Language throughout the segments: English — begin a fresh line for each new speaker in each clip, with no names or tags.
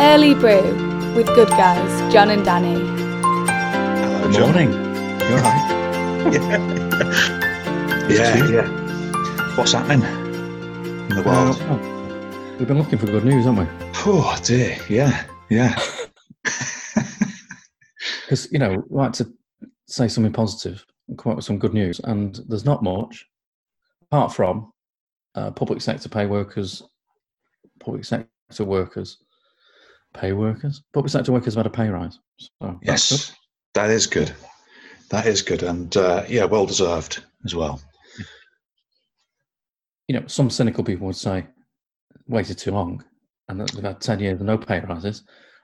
Early Brew with good guys, John and Danny.
Hello,
Good
John.
morning. You all right?
Yeah,
It's you.
yeah. What's happening in the
Well,
world?
oh, we've been looking for good news, haven't we?
Oh dear. Yeah, yeah.
Because you know, we like to say something positive and come up with some good news, and there's not much apart from uh, public sector pay workers, public sector workers, pay workers, public sector workers have had a pay rise. So that's good.
Yes, that is good. That is good, and uh, yeah, well deserved as well.
you know, some cynical people would say waited too long, and that they've had ten years and no pay rises.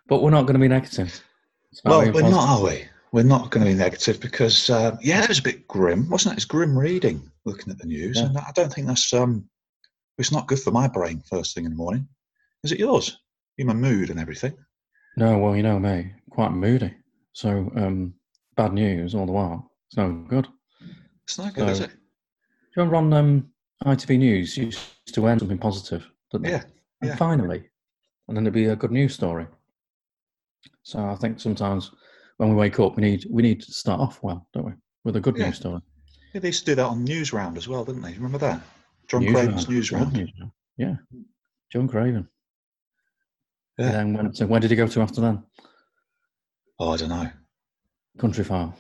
But we're not going to be negative. So
well,
we're
we're
positive.
not, are we? We're not going to be negative because uh, yeah, it was a bit grim, wasn't it? It's grim reading, looking at the news,
Yeah.
and I don't think that's um, it's not good for my brain first thing in the morning. Is it yours? In my mood and everything.
No, well, you know me, quite moody. So um, bad news all the while. It's no good. Do
It's not good, is
No.
it?
you remember on um, ITV News you used to end something positive, didn't they?
Yeah,
And
yeah.
finally, and then it'd be a good news story. So I think sometimes when we wake up, we need we need to start off well, don't we, with a good
Yeah.
news story.
Yeah, they used to do that on News Round as well, didn't they? Remember that? John
News
Craven's
round.
News Round.
Yeah. John Craven.
Yeah.
Yeah. Then went to, where did he go to after then?
Oh, I don't know.
Country File.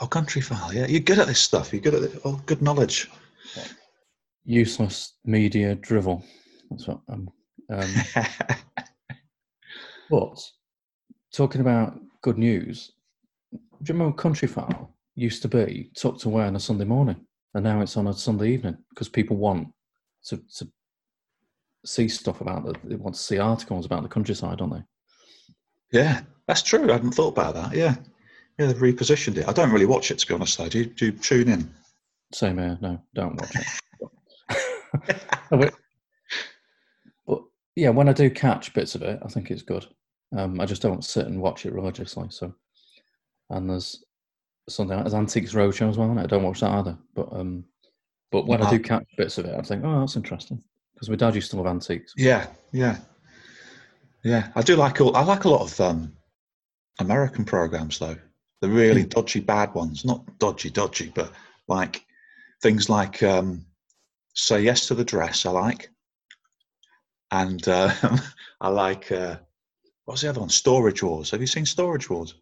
Oh, Country File. Yeah, you're good at this stuff. You're good at it. Oh, good knowledge.
Useless media drivel. That's what i Um, but talking about good news, do you remember Country File used to be tucked away on a Sunday morning and now it's on a Sunday evening because people want to, to see stuff about the, they want to see articles about the countryside, don't they?
yeah, that's true. I hadn't thought about that. Yeah. Yeah, they've repositioned it. I don't really watch it, to be honest, though. Do you, do you tune in?
Same here. No, don't watch it. No, but, but, yeah, when I do catch bits of it, I think it's good. Um, I just don't sit and watch it religiously. So, and there's something like there's Antiques Roadshow as well. Isn't it? I don't watch that either. But um, but when I do catch bits of it, I think, oh, that's interesting because my dad used to love antiques.
Yeah, yeah. Yeah, I do like all, I like a lot of um, American programs, though. The really
Hmm.
dodgy, bad ones. Not dodgy, dodgy, but like things like um, Say Yes to the Dress, I like. And uh, I like, uh, what's the other one? Storage Wars. Have you seen Storage Wars?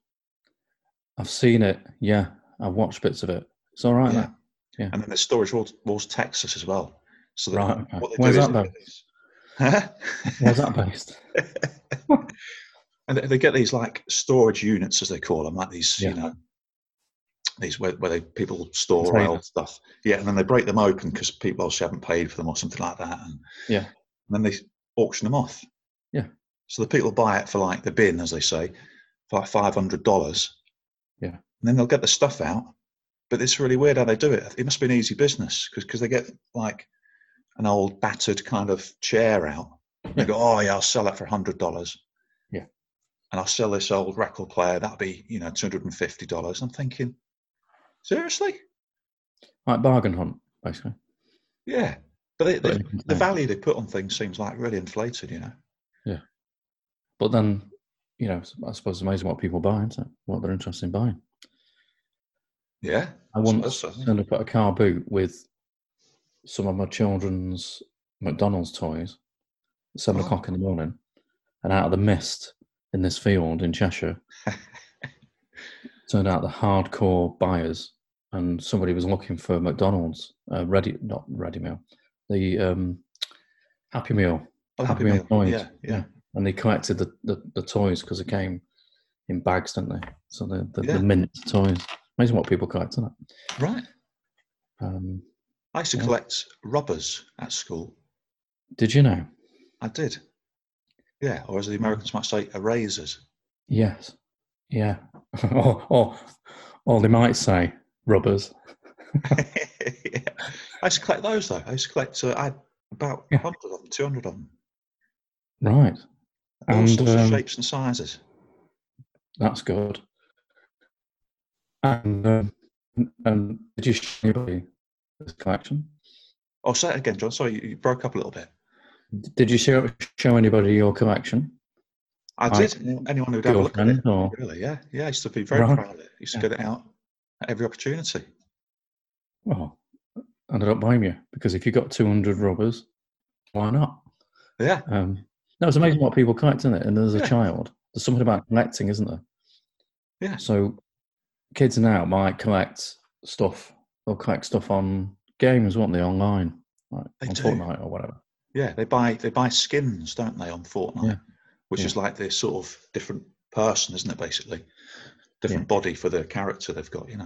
I've seen it. Yeah, I've watched bits of it. It's all right.
Yeah.
that. Yeah.
And then there's Storage Wars, Wars Texas as well. So
Right, okay.
what they
Where's
do is
that,
they get these-
Where's that based?
and they- they get these like storage units, as they call them, like these,
Yeah.
you know, these where, where they people store
Containers.
old stuff. Yeah, and then they break them open because people obviously haven't paid for them or something like that. And
Yeah.
and then they auction them off.
Yeah.
So the people buy it for like the bin, as they say, for like five hundred dollars.
Yeah.
And then they'll get the stuff out, but it's really weird how they do it. It must be an easy business because they get like an old battered kind of chair out. They
Yeah.
go, oh yeah, I'll sell that for hundred dollars and I'll sell this old record player. That'll be, you know, two hundred and fifty dollars. I'm thinking, seriously?
Like bargain hunt, basically.
Yeah, but they,
But
they,
in a
the
container.
value they put on things seems like really inflated. You know?
But then, you know, I suppose it's amazing what people buy, isn't it? What they're interested in buying.
Yeah.
I
suppose
once
so, yeah.
turned up at a car boot with some of my children's McDonald's toys at seven
Oh.
o'clock in the morning, and out of the mist in this field in Cheshire, turned out the hardcore buyers, and somebody was looking for McDonald's uh, ready, not ready meal, the um, Happy Meal,
Oh,
Happy
Meal.
Meal toys,
Yeah, yeah,
and they collected the the, the toys because it came in bags, didn't they? So the the,
Yeah.
the mint toys. Amazing what people collect, isn't it?
Right.
Um,
I used to
Yeah.
collect rubbers at school.
did you know?
I did. Yeah, or as the Americans might say, erasers.
Yes. Yeah. or, or, or they might say rubbers.
yeah. I used to collect those though. I used to collect. Uh, I had about
Yeah.
hundred of them, two hundred of them,
Right.
all
And
sorts of
um,
shapes and sizes.
that's good. And, um, and did you show anybody this collection?
Oh, say it again, John. Sorry, you- you broke up a little bit.
Did you show, show anybody your collection?
I
Right.
did. Anyone- Anyone who'd
Your
have a look at
friend
it,
or-
really, yeah, yeah. I used to be very
Right.
proud of it. I used to get it out at every opportunity.
Well, and I don't blame you because if you got 200 rubbers, why not?
Yeah,
Um, no, it's amazing what people collect, isn't it? And as a
Yeah.
child, there's something about collecting, isn't there?
Yeah.
So kids now might collect stuff. They'll collect stuff on games, won't they? Online, like
They
on
do.
Fortnite or whatever.
yeah. They buy they buy skins, don't they, on Fortnite,
Yeah.
which
Yeah.
is like this sort of different person, isn't it? Basically, different body for the character they've got. You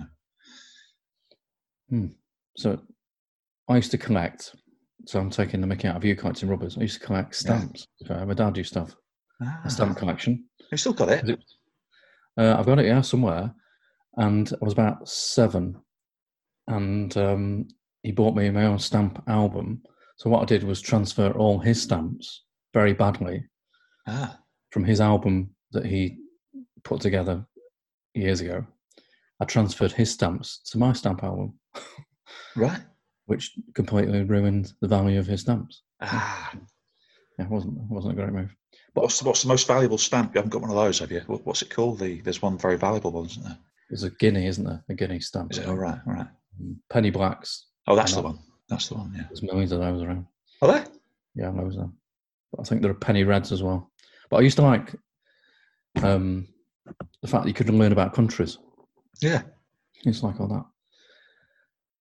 know.
So I used to collect. So I'm taking the mick out of you collecting rubbers. I used to collect
Yeah.
stamps. Okay, my dad used to have
Ah,
a stamp collection.
you still got it.
Is it- Uh, I've got it, yeah, somewhere. And I was about seven, and um, he bought me my own stamp album. So what I did was transfer all his stamps very badly
Ah,
from his album that he put together years ago. I transferred his stamps to my stamp album,
right.
which completely ruined the value of his stamps.
Ah,
Yeah, it wasn't it wasn't a great move.
what's the, what's the most valuable stamp? You haven't got one of those, have you? What, what's it called? The there's one very valuable one, isn't there?
It's a guinea, isn't there? A guinea stamp.
Is it all right? All right.
Penny blacks.
Oh, that's the
No.
one. That's the one. Yeah.
There's millions of those around.
Are there?
Yeah, I knows them. But I think there are penny reds as well. But I used to like um, the fact that you could learn about countries.
Yeah.
It's like all that.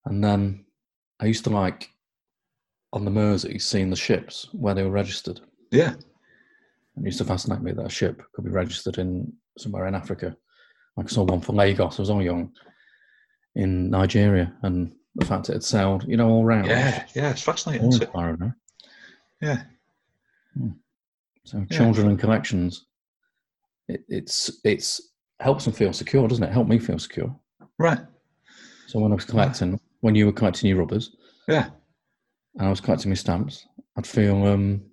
And then I used to like on the Mersey seeing the ships where they were registered.
Yeah.
And it used to fascinate me that a ship could be registered in somewhere in Africa. Like I saw one for Lagos, I was all young, in Nigeria. And the fact it had sailed, you know, all round.
Yeah. Yeah. It's fascinating.
All
Isn't it?
around, huh?
Yeah.
So
Yeah.
children and collections, it, it's it's helps them feel secure, doesn't it? Help me feel secure.
Right.
So when I was collecting, when you were collecting your rubbers,
Yeah.
and I was collecting my stamps, I'd feel um,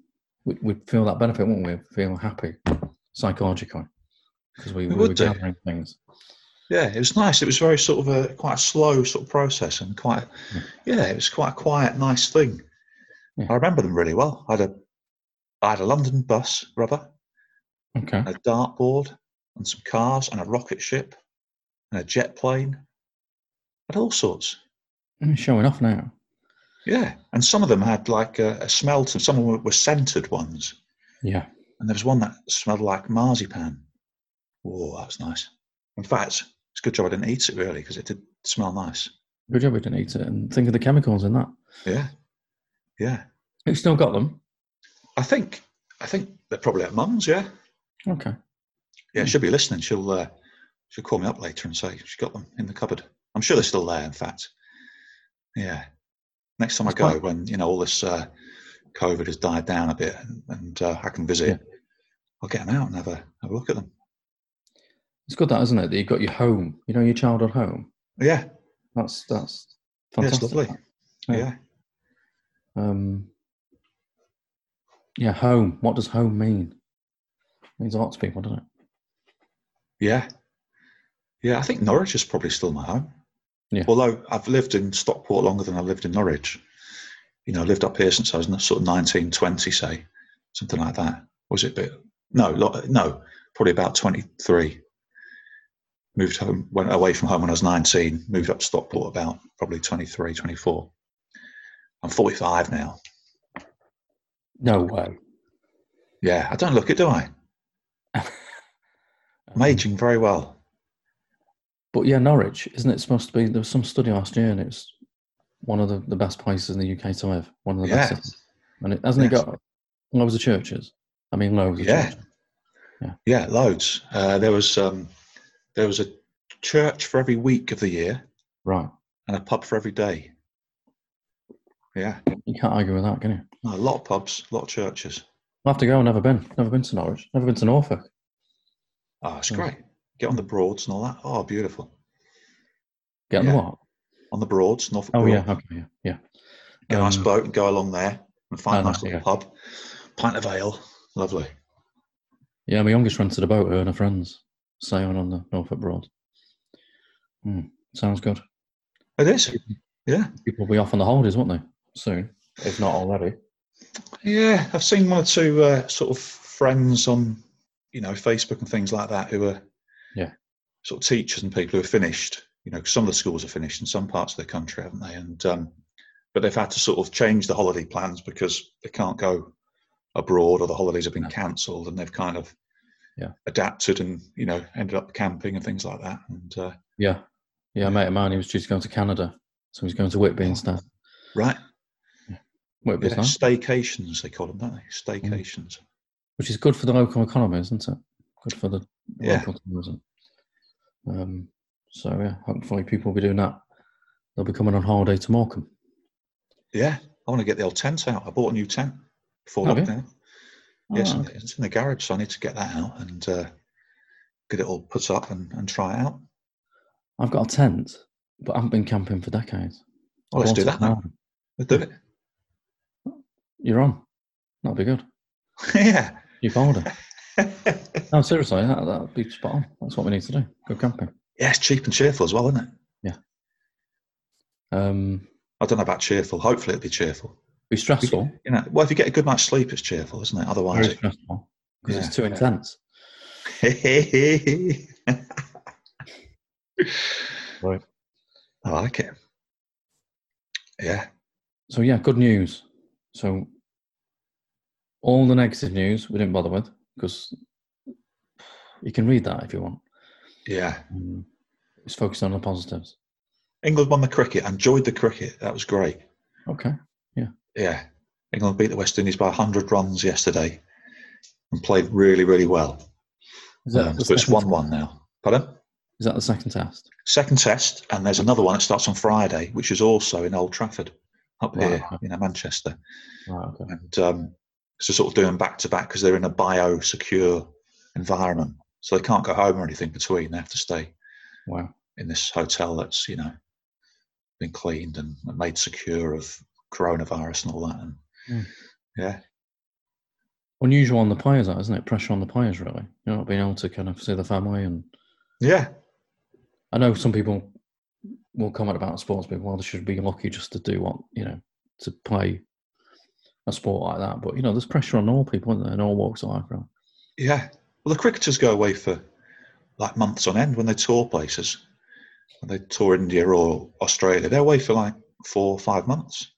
we'd, we'd feel that benefit, wouldn't we? Feel happy psychologically because we,
We
we,
would
were
do.
gathering things.
Yeah. It was nice. It was very sort of a quite a slow sort of process and quite,
Mm.
yeah, it was quite a quiet, nice thing.
Yeah.
I remember them really well. I had a, I had a London bus, rubber,
Okay,
and a dartboard, and some cars, and a rocket ship, and a jet plane, and all sorts.
Mm, showing off now.
Yeah. And some of them had like a, a smell to Some of them were scented ones.
Yeah,
and there was one that smelled like marzipan. Whoa, that was nice. In fact, it's a good job I didn't eat it really because it did smell nice.
good job we didn't eat it. And think of the chemicals in that.
Yeah, yeah.
We've still got them.
I think I think they're probably at Mum's. Yeah,
Okay,
yeah.
Hmm.
She'll be listening. She'll uh, she'll call me up later and say she got them in the cupboard. I'm sure they're still there. In fact, yeah. Next time I
That's
go,
fine.
when you know all this uh, COVID has died down a bit, and, and uh, I can visit, I'll get them out and have a have a look at them.
it's good that isn't it that you've got your home, you know, your childhood home.
Yeah,
That's that's
yeah it's
fantastic.
lovely.
Yeah.
yeah.
Um, yeah, home. What does home mean? It means a lot to people, doesn't it?
Yeah. Yeah, I think Norwich is probably still my home.
Yeah.
Although I've lived in Stockport longer than I've lived in Norwich. You know, I lived up here since I was n- sort of 19, 20, say, something like that. Was it a bit? No, lo- no, probably about 23. Moved home, went away from home when I was 19, moved up to Stockport about probably 23, 24. I'm 45 now.
No way.
Yeah, I don't look it, do I? I'm
Mm.
aging very well.
Um, But yeah, Norwich, isn't it supposed to be? There was some study last year, and it's one of the, the best places in the UK to live. One of the
Yeah.
best. cities. And it hasn't
Yes.
it got loads of churches? I mean, loads. Of
Yeah.
churches.
Yeah, loads. Uh, there was um, there was a church for every week of the year
Right.
and a pub for every day. Yeah,
You can't argue with that, can you?
a lot of pubs, a lot of churches.
I'll have to go. I've never been. Never been to Norwich. Never been to Norfolk.
Oh, it's
Mm.
great. Get on the Broads and all that. Oh, beautiful.
Get on
Yeah.
the what?
On the Broads, Norfolk.
Oh,
Broad.
yeah. Okay. Yeah. Yeah.
Get a nice
Um,
boat and go along there and find a
No, no,
nice little
yeah.
pub. Pint of ale. Lovely.
Yeah, my youngest rented a boat, her and her friends, sailing on the Norfolk Broad. Hmm, sounds good.
It is. Yeah.
People will be off on the holidays, won't they? Soon, if not already.
Yeah, I've seen one or two uh, sort of friends on you know, Facebook and things like that who are
Yeah.
sort of teachers and people who are finished. You know, 'cause some of the schools are finished in some parts of the country, haven't they? And um, but they've had to sort of change the holiday plans because they can't go abroad or the holidays have been
No.
cancelled, and they've kind of
Yeah.
adapted and you know ended up camping and things like that. And uh,
Yeah. Yeah, a mate of mine, he was due to go to Canada. So he's going to Whitby
Oh.
and stuff.
right,
Whitby's
yeah,
nice,
staycations they call them, don't
Mm.
they? Staycations.
which is good for the local economy, isn't it? Good for the
Yeah.
local tourism. Um, so, yeah, hopefully people will be doing that. They'll be coming on holiday to Morecambe.
Yeah, I want to get the old tent out. I bought a new tent before
Oh, yeah?
lockdown. Yes,
Ah,
in the- it's in the garage, so I need to get that out and uh, get it all put up and, and try it out.
I've got a tent, but I haven't been camping for decades.
Well, let's
I
do
bought it
that now.
online.
Let's do it.
You're on. That'd be good.
yeah.
You've ordered. no, seriously, that, that'd be spot on. That's what we need to do. Go camping.
yeah, it's cheap and cheerful as well, isn't it?
Um,
I don't know about cheerful. Hopefully, it'll be cheerful.
be stressful.
You know, well, if you get a good night's sleep, it's cheerful, isn't it? Otherwise,
Very stressful. Because
Yeah.
it's too intense.
it...
Right.
I like it. Yeah.
So yeah, good news. So all the negative news we didn't bother with because you can read that if you want.
Yeah.
Um, It's focused on the positives.
England won the cricket. I enjoyed the cricket. That was great.
Okay.
Yeah. England beat the West Indies by 100 runs yesterday and played really, really well.
Is
Um,
the
so it's
second-
1 1 now. Pardon?
Is that the second test?
Second test, and there's another one that starts on Friday, which is also in Old Trafford up
Right,
here,
okay.
you know, Manchester.
Right. Okay.
And um, so sort of doing back to back because they're in a bio secure environment. So they can't go home or anything between. They have to stay
Wow.
in this hotel that's, you know, been cleaned and and made secure of coronavirus and all that. And
Mm.
yeah,
Unusual on the players, that isn't it? Pressure on the players, really. You're not being able to kind of see the family, and
yeah,
I know some people will comment about sports people. Well, they should be lucky just to do what you know to play a sport like that. But you know, there's pressure on all people, isn't there? In all walks of life, really.
Yeah. Well, the cricketers go away for like months on end when they tour places. When they tour India or Australia, they're away for like four or five months.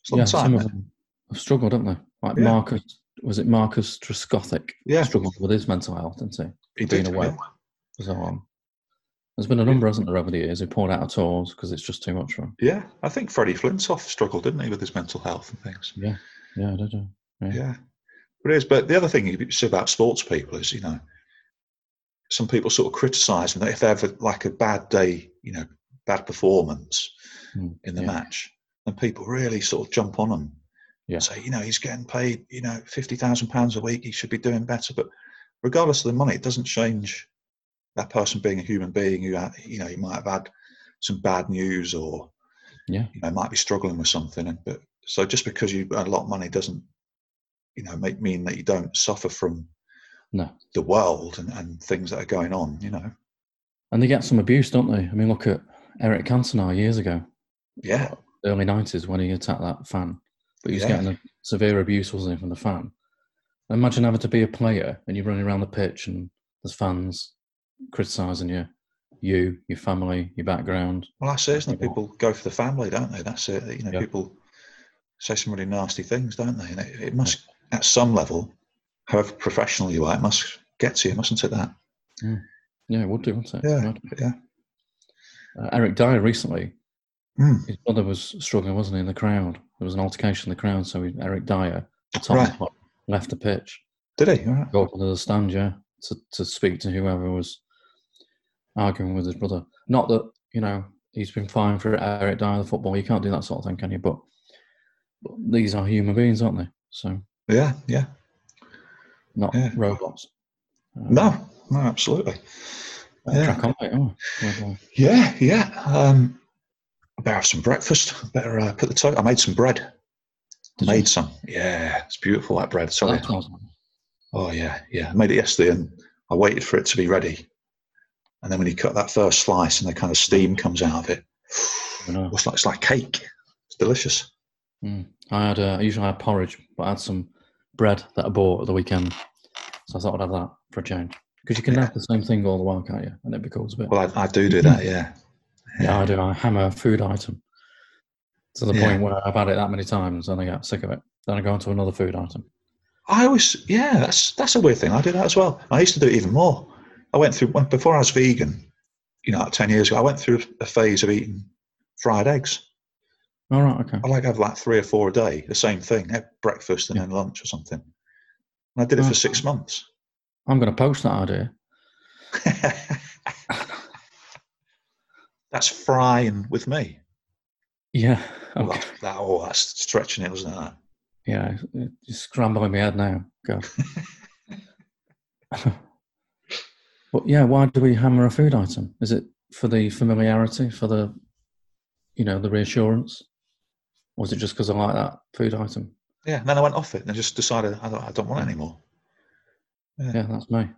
It's a long time.
some of
isn't it?
them have struggled, haven't they? Like
Yeah.
Marcus, was it Marcus Trescothic?
Yeah,
Struggled with his mental health, didn't he?
he
being
did.
away.
yeah.
So um, there's been a number, hasn't there, over the years who poured out of tours because it's just too much for them.
Yeah, I think Freddie Flintoff struggled, didn't he, with his mental health and things.
Yeah, I don't know. Yeah.
Yeah, but it is. But the other thing you say about sports people is, you know, some people sort of criticise them that if they have a, like a bad day, you know, bad performance
Mm,
in the
yeah.
match, and people really sort of jump on them.
Yeah.
Say, you know, he's getting paid, you know, fifty thousand pounds a week. He should be doing better. But regardless of the money, it doesn't change that person being a human being who, ha- you know, he might have had some bad news or,
Yeah.
you know, might be struggling with something. And but so just because you earn a lot of money doesn't you know make mean that you don't suffer from
No.
the world and, and things that are going on you know
And they get some abuse, don't they? I mean, look at Eric Cantona years ago,
yeah
early 90s, when he attacked that fan. But he was
Yeah.
getting a severe abuse, wasn't he, from the fan? Imagine having to be a player and you're running around the pitch and there's fans criticising you, you, your family, your background.
well that's it isn't it
Yeah.
people go for the family don't they that's it you know
Yeah.
people say some really nasty things don't they and it, it must at some level however professional you are it must get to you mustn't it that
Yeah, it would do, wouldn't it?
Yeah,
Right.
yeah.
Uh, Eric Dyer recently,
Mm.
his brother was struggling, wasn't he, in the crowd? There was an altercation in the crowd, so he, Eric Dyer, the top
Right.
block, left the pitch,
did he All right.
go up under the stand, yeah, to, to speak to whoever was arguing with his brother. Not that, you know, he's been fine for Eric Dyer, the football. You can't do that sort of thing, can you? But, but these are human beings, aren't they? So,
yeah yeah
not
Yeah.
robots. Uh,
no no absolutely
better
yeah
Crack on, mate, oh, well, uh,
yeah yeah um I better have some breakfast I better uh, put the toe i made some bread
did you-
made some yeah it's beautiful that bread sorry
that smells-
Oh yeah, yeah. I made it yesterday, and I waited for it to be ready. And then when you cut that first slice, and the kind of steam comes out of it,
I know.
it's like it's like cake. It's delicious.
Mm. I had uh, I usually had porridge, but I had some bread that I bought at the weekend, So I thought I'd have that for a change because you can have the same thing all the while, can't you? And it becomes a bit.
Well, I, I do do that, yeah.
yeah, I do. I hammer a food item to the
Yeah.
point where I've had it that many times and I get sick of it. Then I go on to another food item.
I was, yeah, that's that's a weird thing. I do that as well. I used to do it even more. I went through when, before I was vegan, you know, like ten years ago. I went through a phase of eating fried eggs.
All right, okay.
I like have like three or four a day, the same thing, eh, breakfast and then lunch or something. And I did it for
Right.
six months.
I'm going to post that idea.
that's frying with me.
Yeah.
Well,
Okay.
that, that- oh, that's stretching it, wasn't it?
Yeah, it's- it's scrambling my head now. God. but yeah, why do we hammer a food item? Is it for the familiarity, for the, you know, the reassurance? Or is it just because I like that food item?
Yeah. And then I went off it and I just decided I don't, I don't want it anymore.
Yeah, that's me.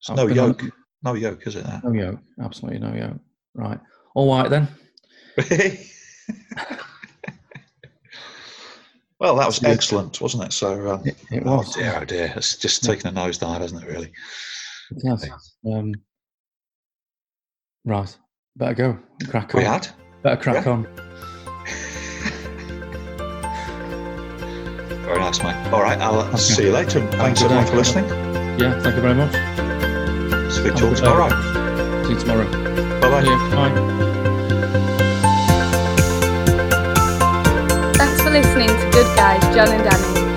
It's
I've
no
been on-
yolk. No yolk, is it? That?
No yolk. Absolutely no yolk. Right. All right then.
well, that was
Yeah.
excellent, wasn't it? So, um,
It, it
oh
was.
dear, oh dear, it's just
Yeah.
taken a nosedive, hasn't it? Really?
It has. Um, right. Better go. Crack on.
We had.
Better crack
Yeah.
on.
Very nice, mate. All right, I'll uh,
Okay.
see you later. and Thanks
good
everyone
day.
for listening.
Yeah, thank you very much.
Speak to you
Have a good day.
tomorrow. Bye
See you tomorrow.
bye.
Yeah, bye.
Thanks for listening to Good Guys, John and Danny.